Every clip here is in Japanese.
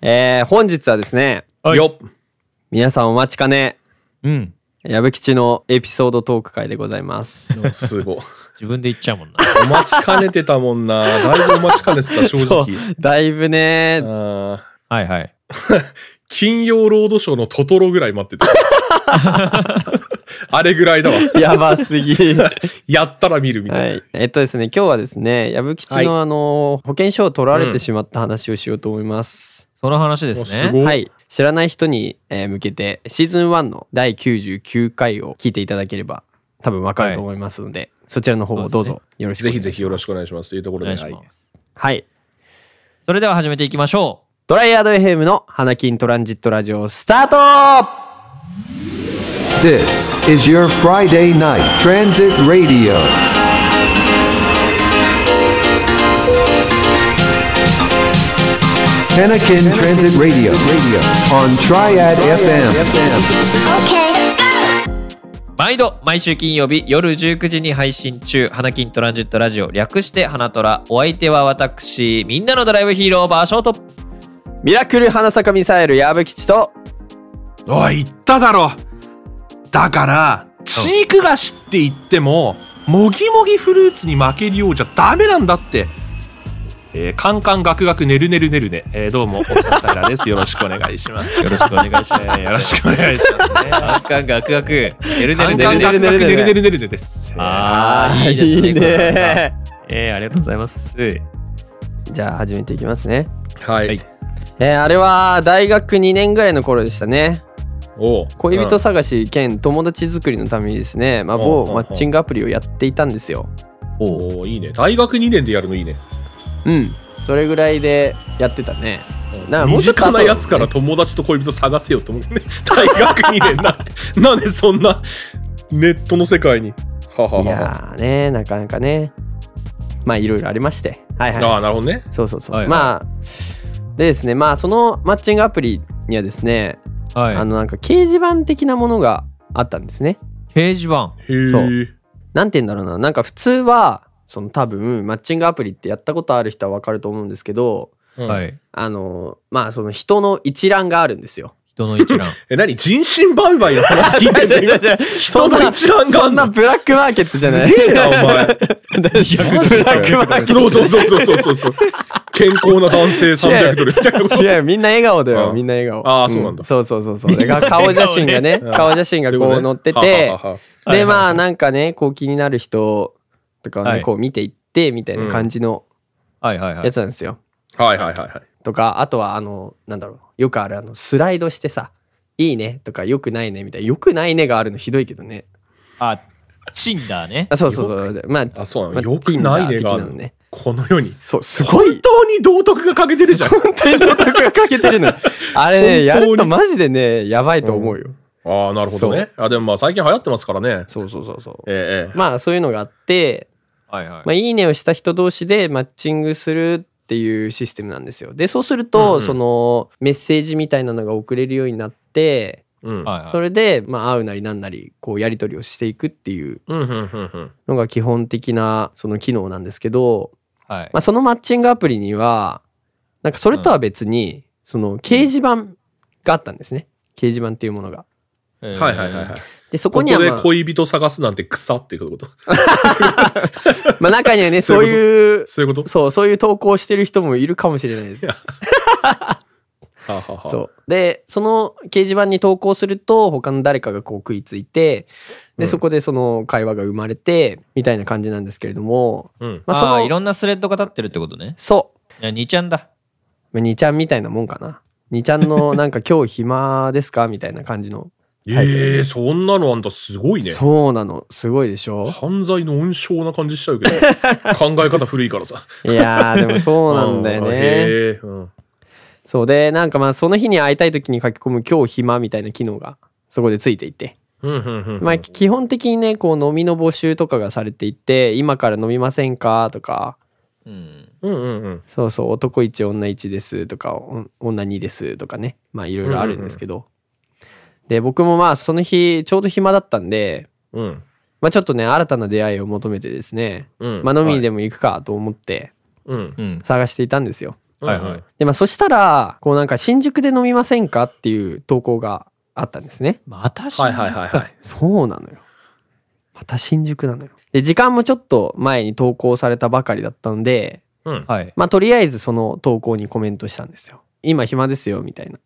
えー、本日はですね、はいよっ皆さんお待ちかね、うん。矢部吉のエピソードトーク会でございます。すごい。自分で言っちゃうもんな。お待ちかねてたもんな。だいぶお待ちかねてた、正そう直。だいぶね、あーはいはい。金曜ロードショーのトトロぐらい待ってた。あれぐらいだわ。やばす ぎ。やったら見るみたいな。はい。えっとですね、今日はですね、矢部吉のあの、保険証を取られてしまった話をしようと思います。その話ですね。おすごいはい。知らない人にえー向けて、シーズン1の第99回を聞いていただければ、多分わかると思いますので、そちらの方をどうぞよろしくおぜ願いしひます。ぜひよろしくお願いします。というとこおろ願いで。しはいます。はい。それでは始めていきましょドライヤード FM の花金トランジットラジオスタート This is your Friday night transit radio. Panakin Transit Radio on Triad FM. Okay. う。毎度、毎週金曜日夜19時に配信中、花金トランジットラジオ、略して花トラ。お相手は私、みんなのドライブヒーロー、バーショート。ミラクル花坂ミサイル矢吹吉とおい、言っただろ。だから、チーク菓子って言っても、もぎもぎフルーツに負けるようじゃダメなんだって。えー、カンカンガクガクねるねるねるね。えー、どうも、おさたらです。よろしくお願いします。よろしくお願いします。よろしくお願いしますね。ガクガクガクガク。ねるねるねカるンカンねガるクねガるねクねるるねねるねるねです。ああ、いいですね。えー、ありがとうございます。じゃあ始めていきますねはい。えーあれは大学2年ぐらいの頃でしたねおう恋人探し兼友達作りのためにですね、まあ、うん某うんうんマッチングアプリをやっていたんですようんおういいね。大学2年でやるのいいね。うんそれぐらいでやってたねな身近後なやつから友達と恋人探せよと思うね。大学2年な。なんでそんなネットの世界に。はははいは。やーねなかなかねまあいろいろありましてはいはいああ、なるほどね。そうそうそう、はいはいまあでですねまあそのマッチングアプリにはですね、はい。あ掲のなんか掲示板的なものがあったんですね示板。へえ。そうなんて言うんだろうななんか普通はその多分マッチングアプリってやったことある人はわかると思うんですけどうんはい。あのまあその人の一覧があるんですよ。人の一覧。え、何人身売買の話聞いてんの今人の一覧があ そんんなのブラックマーケットじゃない。す げえな、お前。ブラックマーケそうッそうそうそうそうそう。健康な男性300ドルみたいなこ とト。違うみんな笑顔だあよみんな笑顔。あーそうなんだそうそうそうそう。だから顔写真が ねうん顔写真がこう載っててそういうことねははははでまあなんかねこう気になる人とかをはねいこう見ていってみたいな感じの はいはいはやい。つなんですよ。はいはいはいはい。とかあとはあのなんだろうよくあるあのスライドしてさ「いいね」とか「よくないね」みたいな「よくないね」があるのひどいけどねあ、チンダーねあ。そうそうそうまああ、そうなまの。あよくないね Tinder 的があなるののねこの世に。そうすご本い当に道徳が欠けてるじゃん。天の徳がかけてるのあれね本や当にるとマジでねやばいと思うよ、ああ、なるほどね。あ、でもまあ最近流行ってますからね。そうそうそうそうえええまあそういうのがあってはいはい「まあ、。いいね」をした人同士でマッチングするっていうシステムなんですよでそうすると、うんうんそのメッセージみたいなのが送れるようになってえ。うん。はいはいそれで、まあ、会うなりなんなりこうやり取りをしていくっていううんうんうんうん。のが基本的なその機能なんですけど、はいま。あ、そのマッチングアプリにはなんかそれとは別にその掲示板があったんですね掲示板っていうものが。はいはいはいはい。でそこここには、でまあ、恋人探すなんて草っていうこと。 まあ中にはねそそうういいうそういうことそうそういう投稿をしてる人もいるかもしれないです。はあはあはあそうでその掲示板に投稿すると他の誰かがこう食いついてうでんそこでその会話が生まれてみたいな感じなんですけれども、うん。まあ、そあーのいろんなスレッドが立ってるってことね。そういや、2ちゃんだ。まあ、2ちゃんみたいなもんかな。2ちゃんのなんか今日暇ですかみたいな感じの。ええ、そんなのあんたすごいね。そうなの。すごいでし ょ犯罪の温床な感じしちゃう けど、考え方古いからさ。いやー、でもそうなんだよあーね。へえ。うんそうで、なんかまあその日に会いたい時に書き込む今日暇みたいな機能がそこでついていて。うんうんうんうん。まあ基本的にね、こう飲みの募集とかがされていて、今から飲みませんかとか、うん。うんうんうん。そうそう、男1、女1ですとか、お女2ですとかね。まあいろいろあるんですけど。で、僕もまあその日ちょうど暇だったんで、うん。まあちょっとね、新たな出会いを求めてですね、うんまあ飲みにでも行くかと思ってうん。うん。探していたんですよ。はいはい。で、まあ、そしたら、こうなんか、新宿で飲みませんかっていう投稿があったんですね。また新宿はいはいはいはい。そうなのよ。また新宿なのよ。で、時間もちょっと前に投稿されたばかりだったので、うん。はい。まあ、とりあえずその投稿にコメントしたんですよ。今暇ですよ、みたいな。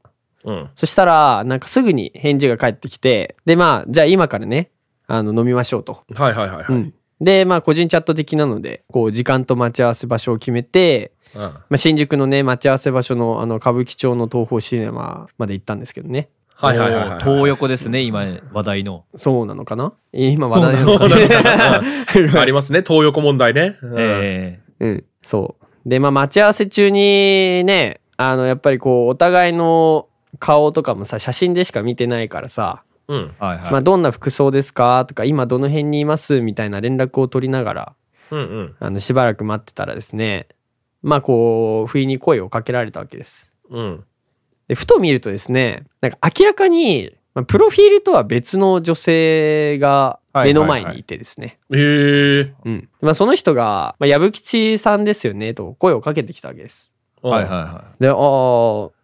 うん。そしたら、なんかすぐに返事が返ってきて、で、まあ、じゃあ今からね、あの、飲みましょうと。。はいはいはいはいうん。で、まあ、個人チャット的なので、こう、時間と待ち合わせ場所を決めて、うんまあ、新宿のね、待ち合わせ場所の、あの、歌舞伎町の東宝シネマまで行ったんですけどね。はいはいはいはい。東横ですね、今話題の。 そうなのかな今話題なのそかうななのかなありますね、東横問題ね。うんえ うん、そう。で、まあ、待ち合わせ中にね、あの、やっぱりこう、お互いの顔とかもさ、写真でしか見てないからさ、うん。えはいはい。まあ、どんな服装ですかとか、今どの辺にいますみたいな連絡を取りながら、うんうん。あの、しばらく待ってたらですね、まあ、こう、不意に声をかけられたわけです。うん。で、ふと見るとですね、なんか明らかに、まあ、プロフィールとは別の女性が目の前にいてですね。へえ。うん。まあ、その人が、まあ、矢吹さんですよね、と声をかけてきたわけです。はいはいはで、ああ、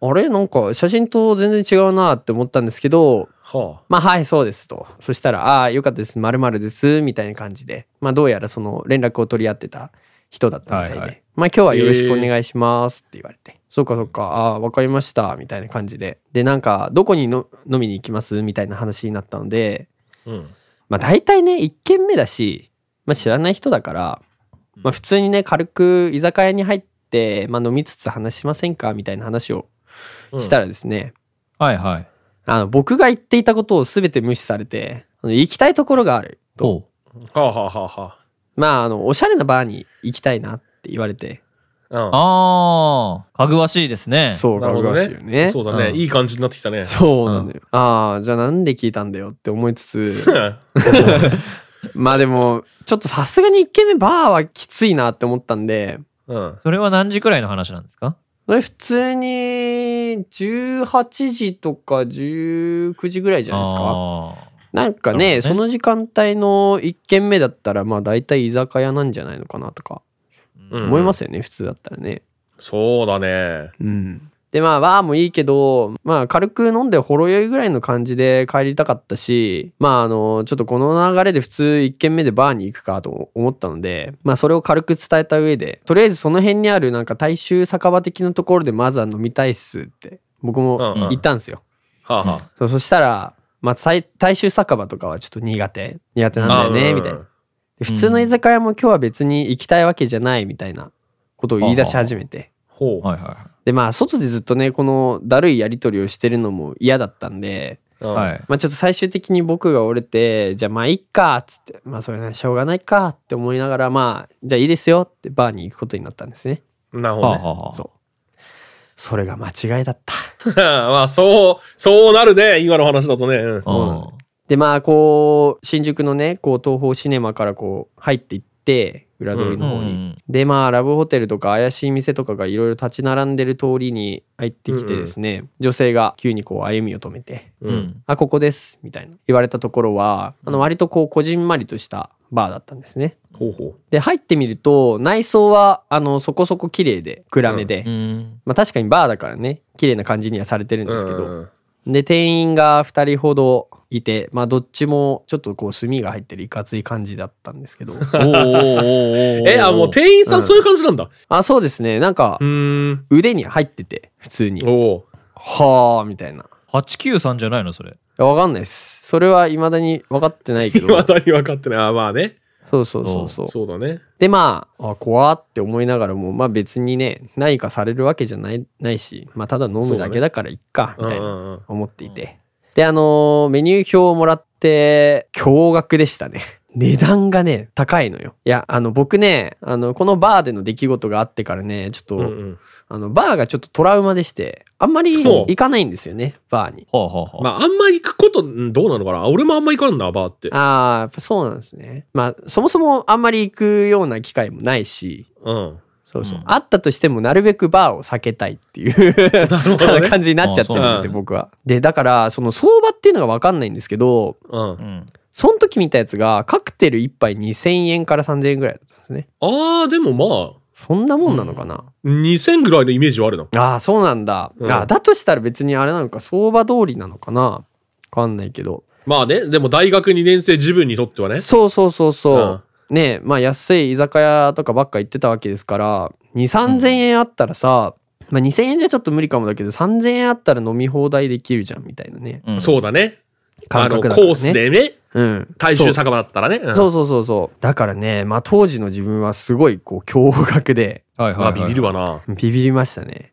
あれなんか写真と全然違うなって思ったんですけど、はまあはい、そうですと。そしたら、ああ、よかったです、まるです、みたいな感じで。まあどうやらその連絡を取り合ってた人だったみたいで。はいはいまあ今日はよろしくお願いしますって言われて。そっかそっか、ああ、わかりました、みたいな感じで。で、なんか、どこにの飲みに行きますみたいな話になったので、あ。うん。まあ大体ね、一軒目だし、まあ知らない人だから、まあ普通にね、軽く居酒屋に入って、まあ飲みつつ話しませんかみたいな話をしたらですね、い。はいはい。あの、僕が言っていたことを全て無視されて、あの行きたいところがあると。おうはあはあはまあ、あの、おしゃれなバーに行きたいなって言われて。あはあ。。ああ、かぐわしいですね。そううんなるほかどぐわしいよね。ね。そうだね。うんいい感じになってきたね。そうなのよ。ああ、じゃあなんで聞いたんだよって思いつつ、 まあでも、ちょっとさすがに一軒目バーはきついなって思ったんで、うん。それは何時くらいの話なんですかそれ普通に18時とか19時ぐらいじゃないですか。あなんかなるね、ほどねその時間帯の一軒目だったら、まあ大体居酒屋なんじゃないのかなとかうん思いますよね、普通だったらね。そうだね。うん。で、まあバーもいいけど、まあ軽く飲んでほろ酔いぐらいの感じで帰りたかったし、まああの、ちょっとこの流れで普通一軒目でバーに行くかと思ったので、まあそれを軽く伝えた上で、とりあえずその辺にあるなんか大衆酒場的なところでまずは飲みたいっすって、僕もうんうん言ったんですよ。はあはあ。そうそしたら、まあ、最大衆酒場とかはちょっと苦手苦手なんだよあねーみたいなで普通の居酒屋も今日は別に行きたいわけじゃないみたいなことを言い出し始めてほあ。はいはでまあ外でずっとねこのだるいやり取りをしてるのも嫌だったんで、う。い。ははい。まあ、ちょっと最終的に僕が折れてじゃあまあいっかっつってまあそれはしょうがないかって思いながらまあじゃあいいですよってバーに行くことになったんですねい。なるほはあどはね。あはそうそれが間違いだった まあ、そう、そうなるね。今の話だとね。うんあ。でまあこう新宿のねこう東宝シネマからこう入っていって裏通りの方に、うんうんうんでまあラブホテルとか怪しい店とかがいろいろ立ち並んでる通りに入ってきてですね、女性が急にこう歩みを止めてうん。うん「あここです」みたいな言われたところはあの割とこうこじんまりとしたバーだったんですね。ほうほで入ってみると内装はあのそこそこ綺麗で暗めで、うん。まあ、確かにバーだからね綺麗な感じにはされてるんう。ですけど、うんで店員が2人ほどいてまあどっちもちょっとこう炭が入ってるいかつい感じだったんですけ どおーおーおーおーえ、あ、もう店員さうんんそういう感じなんだ。あそうですねなんかうーん。腕に入ってて普通におうはあみたいない893じゃないのそれ。やわかんないですそれはいまだに分かってないけ いまどだに分かってない。あまあね。そうそうそうそうそうだね。でまああ怖って思いながらもまあ別にね何かされるわけじゃないないしまあただ飲むだけだからいっか、うんみうたいなんうん。思っていてであのーメニュー表をもらって驚愕でしたね 値段がね高いのよいやあの僕ねあのこのバーでの出来事があってからねちょっと、うんうんあのバーがちょっとトラウマでしてあんまりほう行かないんですよねバーにはあはあはあ。まあ、あんま行くこと、うんどうなのかな俺もあんま行かんな、バーって。ああやっぱそうなんですねまあそもそもあんまり行くような機会もないしうん。そうそう、うんあったとしてもなるべくバーを避けたいっていう なるほどね感じになっちゃってるんあでそうすよなん僕はでだからその相場っていうのが分かんないんですけどうんう。ん。その時見たやつがカクテル1杯2000円から3000円ぐらいだったんですね。ああ、でもまあ、そんなもんなのかな、 2000ぐらいのイメージはあるの。ああ、そうなんだ。うんあだとしたら別にあれなのか、相場通りなのかなわかんないけど。まあね、でも大学2年生自分にとってはね。そうそうそうそう。ねえまあ安い居酒屋とかばっか行ってたわけですから、2、3000円あったらさ、まあ2000円じゃちょっと無理かもだけど、3000円あったら飲み放題できるじゃん、みたいなね。うんそうだね。感あの、覚コだからねースでね、うん。大そ衆う酒場だったらね。うんそうそうそうそう。だからね、まあ当時の自分はすごいこう驚愕で、はいはいまはあい。ビビるわな。ビビりましたね。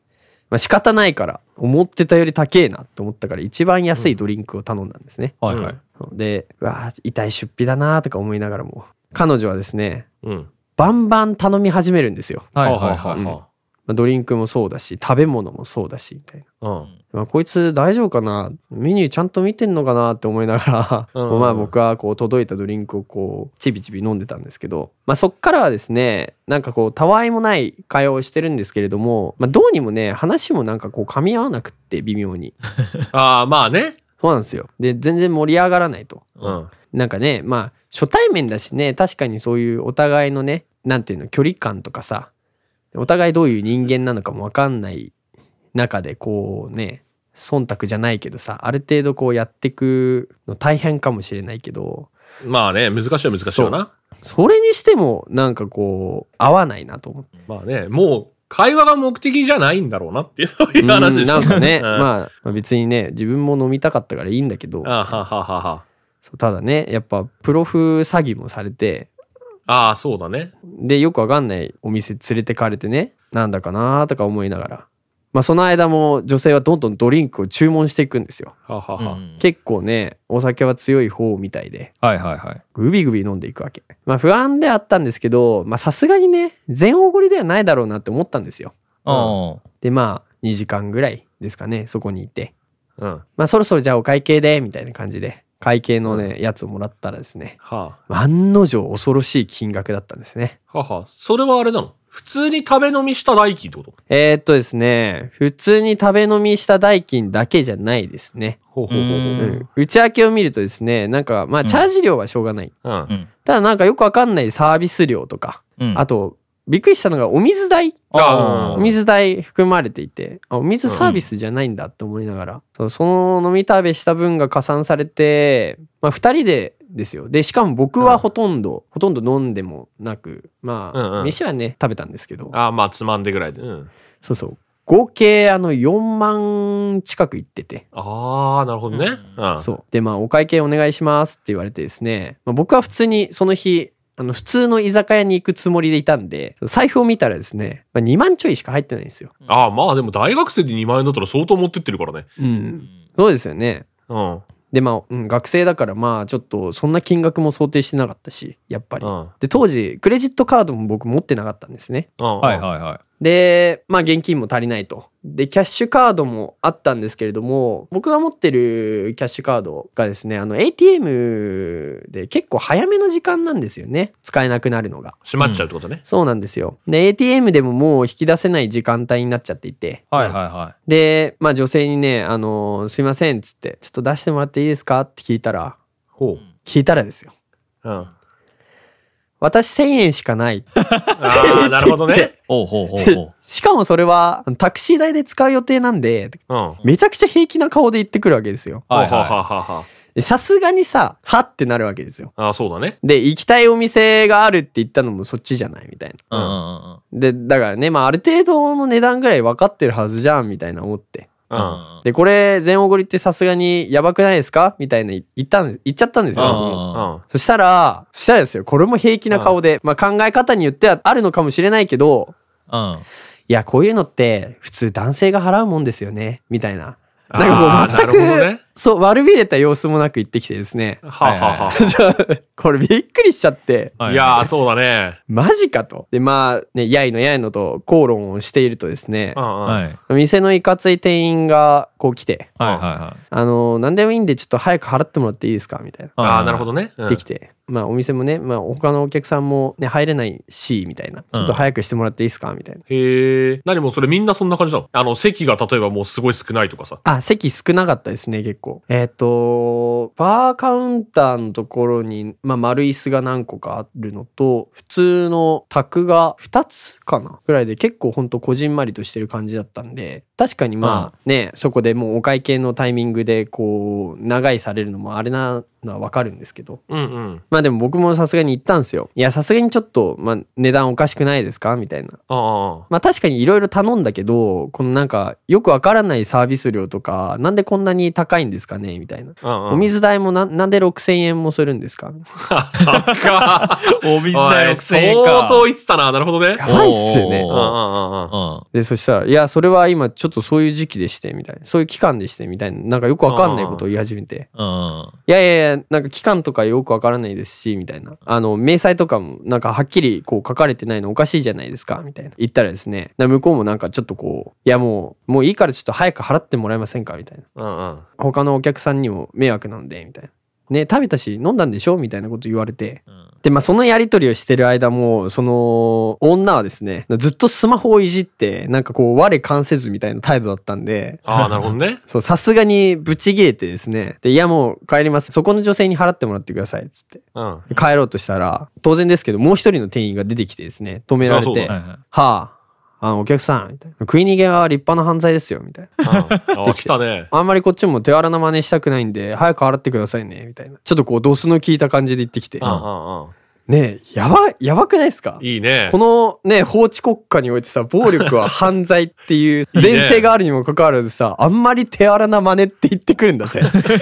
まあ仕方ないから、思ってたより高えなと思ったから一番安いドリンクを頼んだんですね。はいはい。で、うわあ痛い出費だなーとか思いながらも。彼女はですね、うん。バンバン頼み始めるんですよ。はいはいはういはんまあドリンクもそうだし、食べ物もそうだし、みたいな。うん。まあ、こいつ大丈夫かなメニューちゃんと見てんのかなって思いながら、うん まあ僕はこう届いたドリンクをこう、ちびちび飲んでたんですけど、まあそっからはですね、なんかこう、たわいもない会話をしてるんですけれども、まあどうにもね、話もなんかこう噛み合わなくって微妙に。ああ、まあね。そうなんですよ。で、全然盛り上がらないと。うん。なんかね、まあ、初対面だしね、確かにそういうお互いのね、なんていうの、距離感とかさ、お互いどういう人間なのかもわかんない中で、こうね、忖度じゃないけどさ、ある程度こうやってくの大変かもしれないけど、まあね、難しいは難しいよな。それにしても、なんかこう、合わないなと思って。まあね、もう、会話が目的じゃないんだろうなっていう、そういう話うでんしょなんかね、 うんまあ、まあ別にね、自分も飲みたかったからいいんだけど、あーはははは。そうただね、やっぱプロフ詐欺もされて、ああ、そうだね。で、よくわかんないお店連れてかれてね、なんだかなーとか思いながら。まあ、その間も女性はどんどんドリンクを注文していくんですよ。ははうんは。結構ね、お酒は強い方みたいで、はいはいはい。グビグビ飲んでいくわけ。まあ、不安ではあったんですけど、まあ、さすがにね、全おごりではないだろうなって思ったんですよ。うん。で、まあ、2時間ぐらいですかね、そこにいて。うん。はまあ、そろそろじゃあお会計で、みたいな感じで、会計のね、やつをもらったらですね、あ。案の定恐ろしい金額だったんですね。はは。それはあれなの普通に食べ飲みした代金ってことえーっとですね、普通に食べ飲みした代金だけじゃないですね。ほうほうほううほう。ん、内訳を見るとですね、なんか、まあ、チャージ料はしょうがない。うんう。ん。ただ、なんかよくわかんないサービス料とか、うん。あと、びっくりしたのがお水代。あおー水代含まれていて、あお水サービスじゃないんだって思いながら、そうその飲み食べした分が加算されて、まあ、2人でですよ。で、しかも僕はほとんど、ほとんど飲んでもなく、まあ、うんうん飯はね、食べたんですけど。ああ、まあ、つまんでぐらいで。うん。そうそう。合計あの4万近く行ってて。ああ、なるほどね。うん。そう。で、まあ、お会計お願いしますって言われてですね。まあ、僕は普通にその日、あの、普通の居酒屋に行くつもりでいたんで、財布を見たらですね、まあ、2万ちょいしか入ってないんですよ。ああ、まあでも大学生で2万円だったら相当持ってってるからね。うん。そうですよね。うん。うん。で、まあ、うん、学生だから、まあ、ちょっと、そんな金額も想定してなかったし、やっぱり。うん。で、当時、クレジットカードも僕持ってなかったんですね。はいはいはで、まあ現金も足りないと。で、キャッシュカードもあったんですけれども、僕が持ってるキャッシュカードがですね、あの ATM で結構早めの時間なんですよね。使えなくなるのが。い。閉まっちゃうってことね。そうなんですよ。で、ATM でももう引き出せない時間帯になっちゃっていて。い。はいはいはで、まあ女性にね、あの、すいませんっつって、ちょっと出してもらっていいですかって聞いたら、ほ聞いたらですよ。う。うん。あ私1000円しかない。あ、 なるほどね。い。おうほうほうほう。しかもそれはタクシー代で使う予定なんで、うん。はめちゃくちゃ平気な顔で言ってくるわけですよ。あははいあははいあはあはでさすがにさ、はってなるわけですよ。あ。ああ、そうだね。で、行きたいお店があるって言ったのもそっちじゃないみたいな。うんうんうん。で、だからね、まあある程度の値段ぐらい分かってるはずじゃんみたいな思って。うん。あで、これ、全おごりってさすがにやばくないですかみたいな言ったんです、言っちゃったんですうんよ。うんうん。そしたら、そしたらですよ、これも平気な顔で、まあ考え方によってはあるのかもしれないけど、うん。いや、こういうのって普通男性が払うもんですよね、みたいな。あーなんかこうなるほど全ねく、そう、悪びれた様子もなく言ってきてですね。 はあはあはちょこれびっくりしちゃって、あ。はいやー、そうだね。マジかと。で、まあ、ね、やいのやいのと口論をしているとですねう、んうん。はいはい店のいかつい店員がこう来て、はいはい。あの、何でもいいんでちょっと早く払ってもらっていいですかみたいな。ああ、なるほどね。うんできて、まあお店もね、まあ他のお客さんもね、入れないし、みたいな。ちょっと早くしてもらっていいですかみたいな。へえ。何もそれみんなそんな感じなのあの、席が例えばもうすごい少ないとかさ。あ、席少なかったですね、結個えっ、と、バーカウンターのところに、まあ、丸椅子が何個かあるのと、普通の卓が2つかなぐらいで結構ほんとこじんまりとしてる感じだったんで、確かにまあね、そこでもうお会計のタイミングでこう、長いされるのもあれなのはわかるんですけど、うんうん。まあでも僕もさすがに行ったんですよ。いや、さすがにちょっと、まあ、値段おかしくないですかみたいな。ああ。まあ確かにいろいろ頼んだけど、このなんかよくわからないサービス料とか、なんでこんなに高いんですかねみたいな。うんうん、お水代もななんで6000円もするんですかか。 お水代 おい6000円相か。当言ってたな。なるほどね。やばいっすよねうおんーおーおうーんうんうん。うん。で、そしたら、いや、それは今ちょっとそういう時期でして、みたいな。そういう期間でして、みたいな。なんかよくわかんないことを言い始めて。うん。いやいやいや、なんか期間とかよくわからないですし、みたいな。あの、明細とかも、なんかはっきりこう書かれてないのおかしいじゃないですか、みたいな。言ったらですね、な向こうもなんかちょっとこう、いやもう、もういいからちょっと早く払ってもらえませんか、みたいな。うんうん。他のお客さんにも迷惑なんで、みたいな。ね、食べたし飲んだんでしょみたいなこと言われて。で、まあ、そのやりとりをしてる間も、その、女はですね、ずっとスマホをいじって、なんかこう、我関せずみたいな態度だったんで、ああ、なるほどね。そう、さすがにブチ切れてですね、で、いやもう帰ります。そこの女性に払ってもらってください、つって。うん。帰ろうとしたら、当然ですけど、もう一人の店員が出てきてですね、止められそりゃて、そうだはいはいはあ、あの、お客さん、みたいな。食い逃げは立派な犯罪 ですよ、みたいな。うんあ、来たね。あんまりこっちも手荒な真似したくないんで、早く洗ってくださいね、みたいな。ちょっとこう、ドスの効いた感じで言ってきてう。んうんうん。ねえ、やば、やばくないですかいいね。このね、法治国家においてさ、暴力は犯罪って いう前提があるにもかかわらずさ、あんまり手荒な真似って言ってくるんだ ぜ。やばいい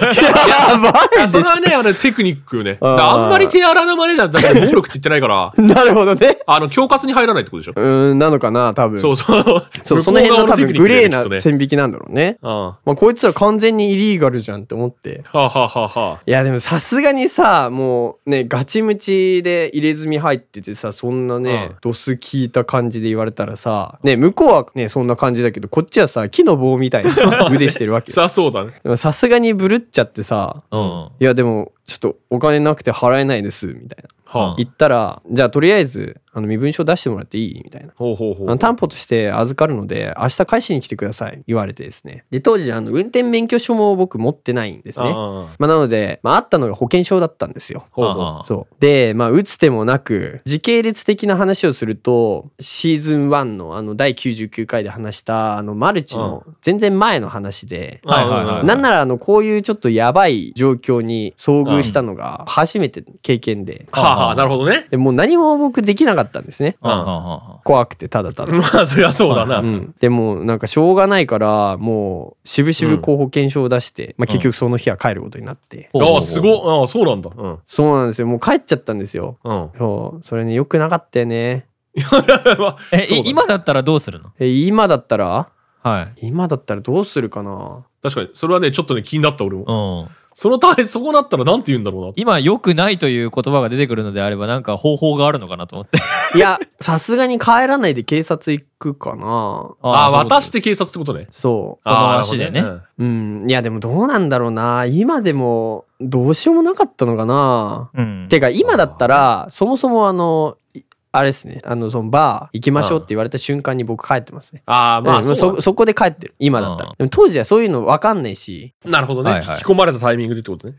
でやしそょれはね、あの、テクニックよね。だあかーらあんまり手荒な真似だったら、暴力って言ってな いから、なるほど ね。あの、恐喝に入らないってことでしょう。ーん、なのかな、多分。そうそう。そう、その辺の多分グレーな線引きなんだろうね。うん。はまあ、こいつら完全にイリーガルじゃんって思って。あ、はあはあはいやでもさすがにさもうねガチムチで入れ墨入っててさそんなね、うんドス聞いた感じで言われたらさね向こうはねそんな感じだけどこっちはさ木の棒みたいな 腕してるわあ、けよさあそうだね。でもさすがにブルっちゃってさうん。いやでもちょっとお金なくて払えないですみたいなはあうん言ったらじゃあとりあえずあの身分証出してもらっていいみたいなほうほうほあのう。担保として預かるので明日返しに来てください言われてですねで当時あの運転免許証も僕持ってないんですねうんうんまあ、なので、まあ、あったのが保険証だったんですよ。ほうあほはあそうで、まあ、打つ手もなく時系列的な話をするとシーズン1のあの第99回で話したあのマルチの全然前の話で、う。はいはいはい。なんならあのこういうちょっとやばい状況に遭遇したのが初めての経験で,、はあはあ、なるほどね。 でもう何も僕できなかったんですねうんうんうんうん怖くてただただ。まあ、そりゃそうだな。ううんん、でもなんかしょうがないからもう渋々こう保険証を出して、まあ、結局その日は帰ることになって、ほうほうほあうあ、すごい。ああ、そうなんだ。うん。 そうなんですよもう帰っちゃったんですようん。そう、それね、良くなかったよね。え、そうだい今だったらどうするのえ、今だったらはい。今だったらどうするかな確かに、それはね、ちょっとね、気になった俺も。うん。その対、そこだったらなんて言うんだろうな。今、良くないという言葉が出てくるのであれば、なんか方法があるのかなと思って。。いや、さすがに帰らないで警察行くかなああ、渡してて警察ってことね。そその足でねああなるほどう。うん。いや、でもどうなんだろうな今でも、どうしようもなかったのかなうん。てか、今だったら、そもそもあの、いあれですね、あの、そのバー行きましょうって言われた瞬間に僕帰ってますね。ああ、まうあ、んそうだねそそこで帰ってる今だったらうんでも当時はそういうの分かんないしなるほどね。はいはい引き込まれたタイミングでってことね。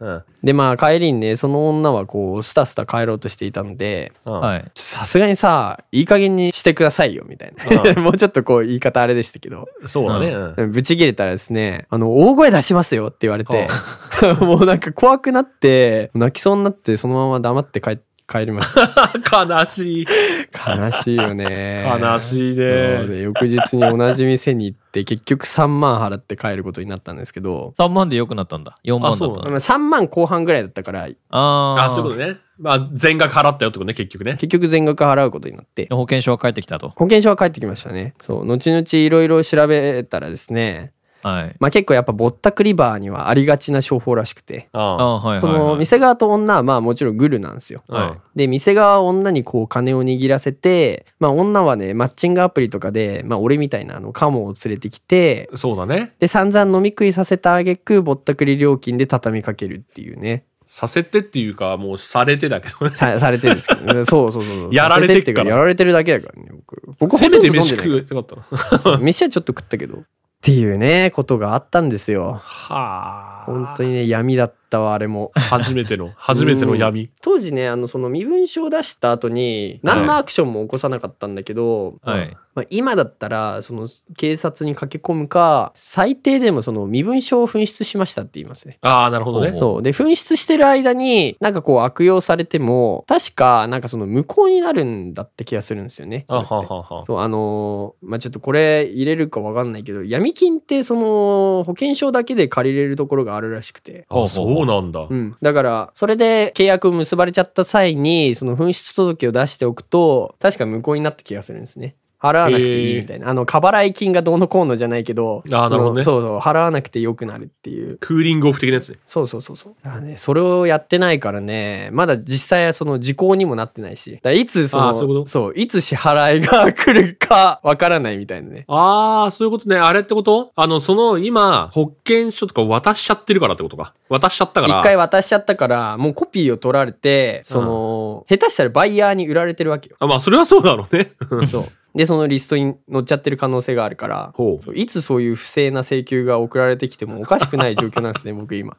うん。でまあ帰りにねその女はこうスタスタ帰ろうとしていたのでうんはい。さすがにさ、いい加減にしてくださいよ、みたいな。 もうちょっとこう言い方あれでしたけど、そうだね。うん ブチ切れたらですね、あの、大声出しますよって言われて、 もうなんか怖くなって、泣きそうになって、そのまま黙って帰帰りました。悲しい。悲しいよね。悲しいそうね。で翌日に同じ店に行って、結局3万払って帰ることになったんですけど、 3万で良くなったんだ。4万だったんあそうだなまあ3万後半ぐらいだったから、あーあそういうことね。まあ、全額払ったよってことね、結局ね。結局全額払うことになって、保険証は返ってきたと。保険証は帰ってきましたね。そう、後々いろいろ調べたらですね、はい。まあ結構やっぱぼったくりバーにはありがちな商法らしくて、ああーはいはいはい。その店側と女はまあもちろんグルなんですよ。あ。はいはいで、店側は女にこう金を握らせて、まあ女はね、マッチングアプリとかで、まあ俺みたいなあのカモを連れてきて、そうだね。で、散々飲み食いさせたあげく、ぼったくり料金で畳みかけるっていうね。させてっていうか、もうされてだけどね。さされてるんですけど、ね、そうそうそうそう。やられてっさいからうかやられてるだけだからね、僕。僕せめてほとんど飲んで飯ない 食えたかったな。そう飯はちょっと食ったけど。っていうね、ことがあったんですよ。はあ。本当にね、闇だったわ、あれも。初めての、初めての闇。当時ね、あの、その身分証を出した後に、何のアクションも起こさなかったんだけど、はい。まあ、今だったら、その、警察に駆け込むか、最低でもその、身分証を紛失しましたって言いますね。ああ、なるほどおね。そう。で、紛失してる間に、なんかこう悪用されても、確か、なんかその無効になるんだって気がするんですよね。あはそれってはは。そう、あのーまあ、ちょっとこれ入れるかわかんないけど、闇金ってその、保険証だけで借りれるところがあるらしくて。あそうなんだう。ん。だから、それで契約結ばれちゃった際に、その紛失届を出しておくと、確か無効になった気がするんですね。払わなくていいみたいな。あの、過払い金がどうのこうのじゃないけど、あーなるほどねそのそうそう、払わなくてよくなるっていう。クーリングオフ的なやつね。そうそうそうそう。だからね、それをやってないからね、まだ実際はその時効にもなってないし、だからいつそあの、ーそういうことそう、いつ支払いが来るかわからないみたいなね。ああ、そういうことね。あれってことあの、その今、保険証とか渡しちゃってるからってことか。渡しちゃったから。一回渡しちゃったから、もうコピーを取られて、その、下手したらバイヤーに売られてるわけ よ。あまあ、それはそうだろうね。 そう。で、そのリストに載っちゃってる可能性があるから、ほうそういつそういう不正な請求が送られてきてもおかしくない状況なんですね、僕今。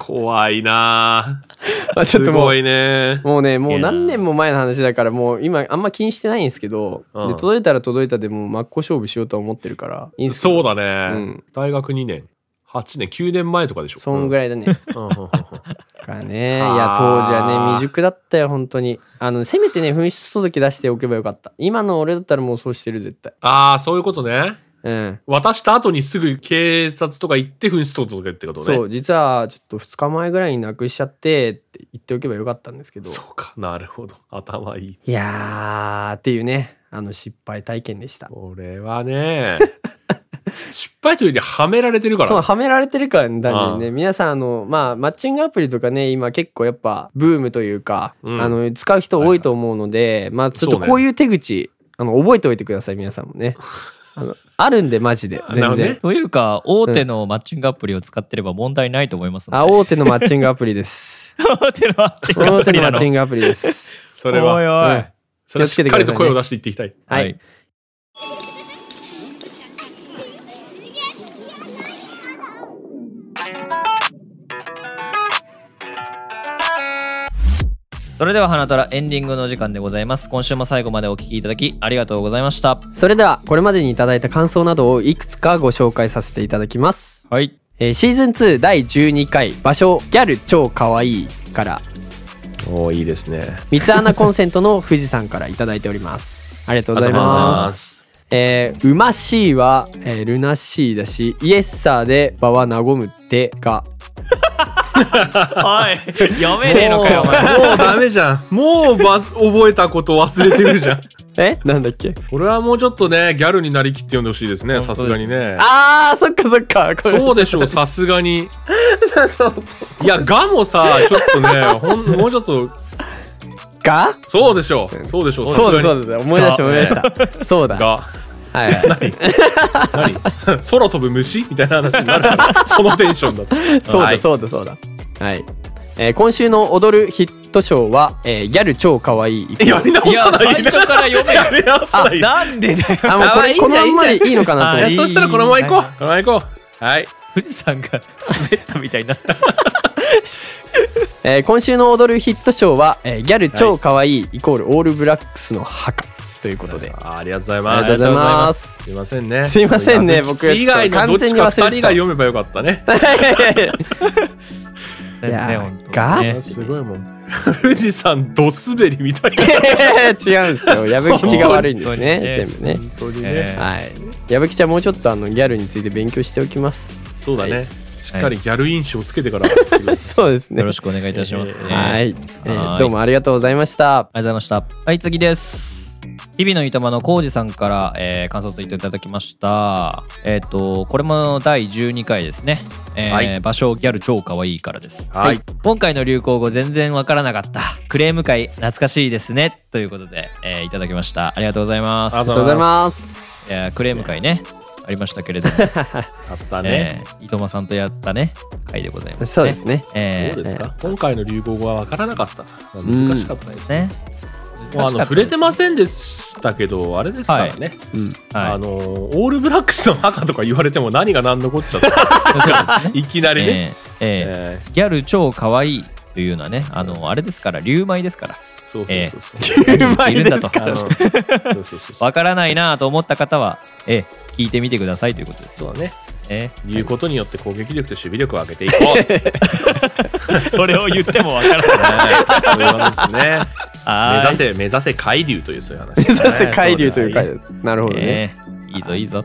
怖いなあ あちょっとすもうごい ね。もうね、もうやい何年も前の話だから、もう今あんま気にしてないんですけど、うんで届いたら届いたでもう真っ向勝負しようとは思ってる から、いいんすそうよだうね、ん大学2年、8年、9年前とかでしょ。そんぐらいだね。うんうんうんうんから ね、いはあや、当時はね、未熟だったよ、本当に。あの、せめてね、紛失届出しておけばよかった。今の俺だったらもうそうしてる、絶対。ああ、そういうことね。うん。渡した後にすぐ警察とか行って紛失届とかってことね。そう、実は、ちょっと2日前ぐらいになくしちゃって、って言っておけばよかったんですけど。そうか。なるほど。頭いい。いやー、っていうね、あの、失敗体験でした。これはね、 失敗というよりはめられてるから。そう、はめられてるからね、単純にあね。皆さん、あの、まあ、マッチングアプリとかね、今結構やっぱ、ブームというか、うんあの、使う人多いと思うので、まあ、ちょっとそうねこういう手口、あの、覚えておいてください、皆さんも ね。あのあるんで、マジで。なる全ほど然。ねというか、大手のマッチングアプリを使ってれば問題ないと思いますのあ、で。大手のマッチングアプリ です。大手のマッチングア大プ手リのマなッの。チングアプリです。それは。おいおいうんそれはしっかりと声を出して言っていきたい。はい。はいそれでは花虎エンディングのお時間でございます。今週も最後までお聞きいただきありがとうございました。それでは、これまでにいただいた感想などをいくつかご紹介させていただきます。はい。えーシーズン2第12回、場所、ギャル超かわいいから、おいいですね。三つ穴コンセントの富士山からいただいております。ありがとうございます。えー、うましいは、えールナシーだし、イエッサーで場は和むってが、はい。読めねえのかよ、お前。もうダメじゃん。もうば覚えたこと忘れてるじゃん。えなんだっけこれはもうちょっとね、ギャルになりきって読んでほしいですね。さすがにね。あー、そっかそっか。これそうでしょう、さす がに。いや、がもさ、ちょっとね、ほんもうちょっと、がそうでしょう、そうでしょう、さそうすだがに。そうだ、思い出した思い出した。 そうだ。が、はいはい。何 空飛ぶ虫みたいな話になる。 そのテンションだと。 そうはだいそうだそうだ。はい。えー今週の踊るヒットショーは、えーギャル超かわいい。やり直いや、さな最い初から読めよ。 やり直さないなんでだよ。あ、もうこれ、このまんまでいいのかなと思あっいてい。そしたらこのまま行こう。このまま行こう。はい。富士山が滑ったみたいになった。えー今週の踊るヒットショーは、えーギャル超かわいいイコールオールブラックスの墓ということで。あありがとうございりまがとうごす。ざいます。すいませんね。すいませんね僕以外のどっちか2人が読めばよかった ね。いやね本当にね すごいもん。富士山ど滑りみたいな。違うんですよ。矢吹吉が悪いんですね。本全部ね。本当にえーね。はい。矢吹吉はもうちょっとあのギャルについて勉強しておきます。そうだね。しっかりギャル印象つけてから。はそうですねよろ。しくお願いいたしますね。はありい、えーはいどうもありがとうございました。がとうございました。はい、次です。日々のいたまのコウジさんから、えー感想ツイートいただきました。えっ、と、これも第12回ですね。えーはい場所ギャル超かわいいからです。い。今回の流行語全然わからなかった。クレーム会懐かしいですね。ということで、えーいただきました。ありがとうございます。あありがとうりがとうごござざいいます。いやークレーム会ね、ありましたけれども、 あったね。えー、いとまさんとやったね、会でございます。そうですね。えどーうですか今回の流行語は分からなかったと。難しかったですね。ね。もうあの触れてませんでしたけど、あれですからね、うん。あはい。のオールブラックスの赤とか言われても何が何のこっちゃってそうですね いきなりね、えええええギャル超可愛いというのはね、あの、あれですから、リュウマイですから。ーそうそうそうそう、いるんだと。あのそうそうそうそうわからないなと思った方は、ええ、聞いてみてくださいということです。そうだねえ言うことによって攻撃力と守備力を上げていこうねえ、 それを言ってもわからない。 そういう話ですね目 は指ーいせ目指せ海流というそういう話目指 せ海流という回です。なるほどね。ええいいぞいいぞ。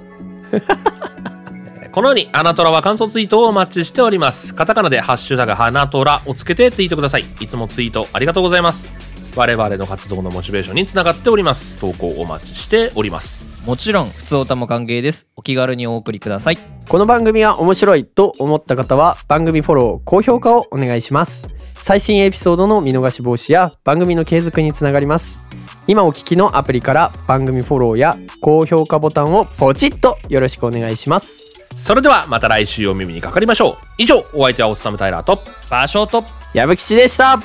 このように、アナトラは感想ツイートをお待ちしております。カタカナでハッシュタグ、ハナトラをつけてツイートください。いつもツイートありがとうございます。我々の活動のモチベーションにつながっております。投稿お待ちしております。もちろん、普通おたも歓迎です。お気軽にお送りください。この番組が面白いと思った方は番組フォロー、高評価をお願いします。最新エピソードの見逃し防止や番組の継続につながります。今お聞きのアプリから番組フォローや高評価ボタンをポチッとよろしくお願いします。それでは、また来週お耳にかかりましょう。以上、お相手はおっさむタイラーと、場所と、矢吹氏でした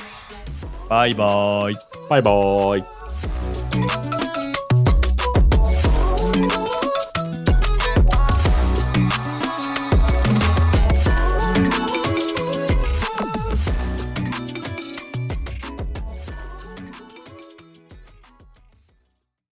バイバーイ。バイバーイ。